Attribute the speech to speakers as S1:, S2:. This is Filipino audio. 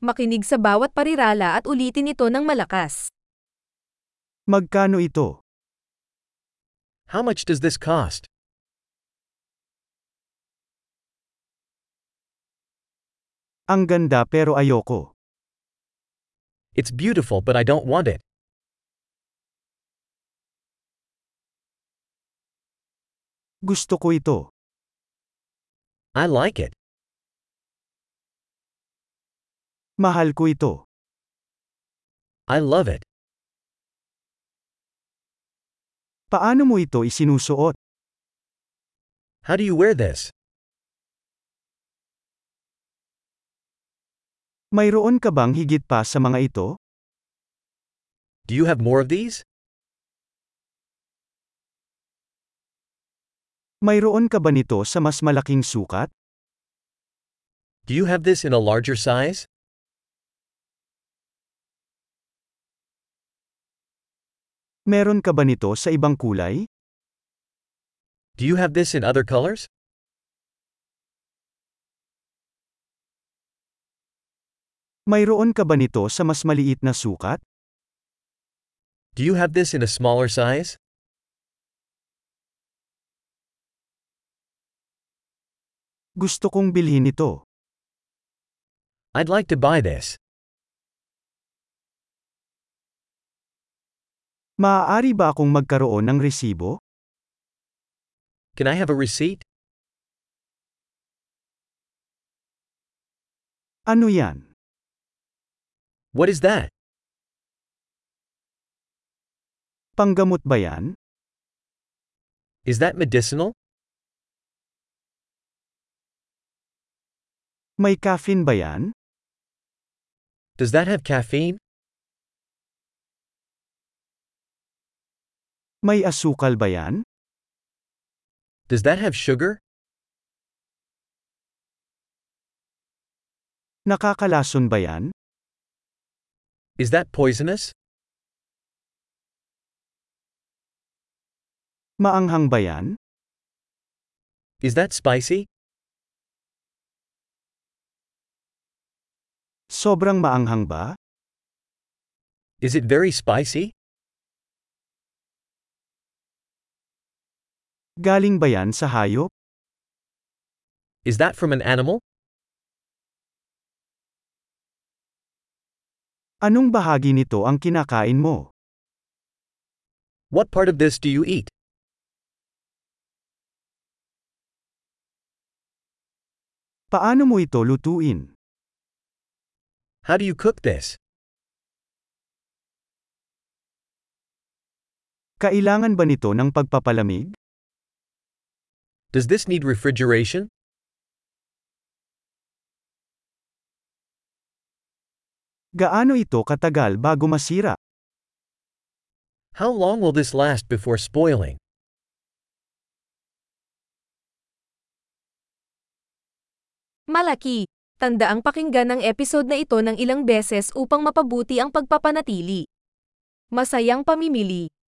S1: Makinig sa bawat parirala at ulitin ito ng malakas.
S2: Magkano ito?
S3: How much does this cost?
S2: Ang ganda pero ayoko.
S3: It's beautiful but I don't want it.
S2: Gusto ko ito.
S3: I like it.
S2: Mahal ko ito.
S3: I love it.
S2: Paano mo ito isinusuot?
S3: How do you wear this?
S2: Mayroon ka bang higit pa sa mga ito?
S3: Do you have more of these?
S2: Mayroon ka ba nito sa mas malaking sukat?
S3: Do you have this in a larger size?
S2: Meron ka ba nito sa ibang kulay?
S3: Do you have this in other colors?
S2: Mayroon ka ba nito sa mas maliit na sukat?
S3: Do you have this in a smaller size?
S2: Gusto kong bilhin ito.
S3: I'd like to buy this.
S2: Maaari ba akong magkaroon ng resibo?
S3: Can I have a receipt?
S2: Ano yan?
S3: What is that?
S2: Panggamot ba yan?
S3: Is that medicinal?
S2: May caffeine ba yan?
S3: Does that have caffeine?
S2: May asukal ba yan?
S3: Does that have sugar?
S2: Nakakalason ba yan?
S3: Is that poisonous?
S2: Maanghang ba yan?
S3: Is that spicy?
S2: Sobrang maanghang ba?
S3: Is it very spicy?
S2: Galing ba yan sa hayop?
S3: Is that from an animal?
S2: Anong bahagi nito ang kinakain mo?
S3: What part of this do you eat?
S2: Paano mo ito lutuin?
S3: How do you cook this?
S2: Kailangan ba nito ng pagpapalamig?
S3: Does this need refrigeration?
S2: Gaano ito katagal bago masira?
S3: How long will this last before spoiling?
S1: Malaki! Tanda ang pakinggan ang episode na ito ng ilang beses upang mapabuti ang pagpapanatili. Masayang pamimili!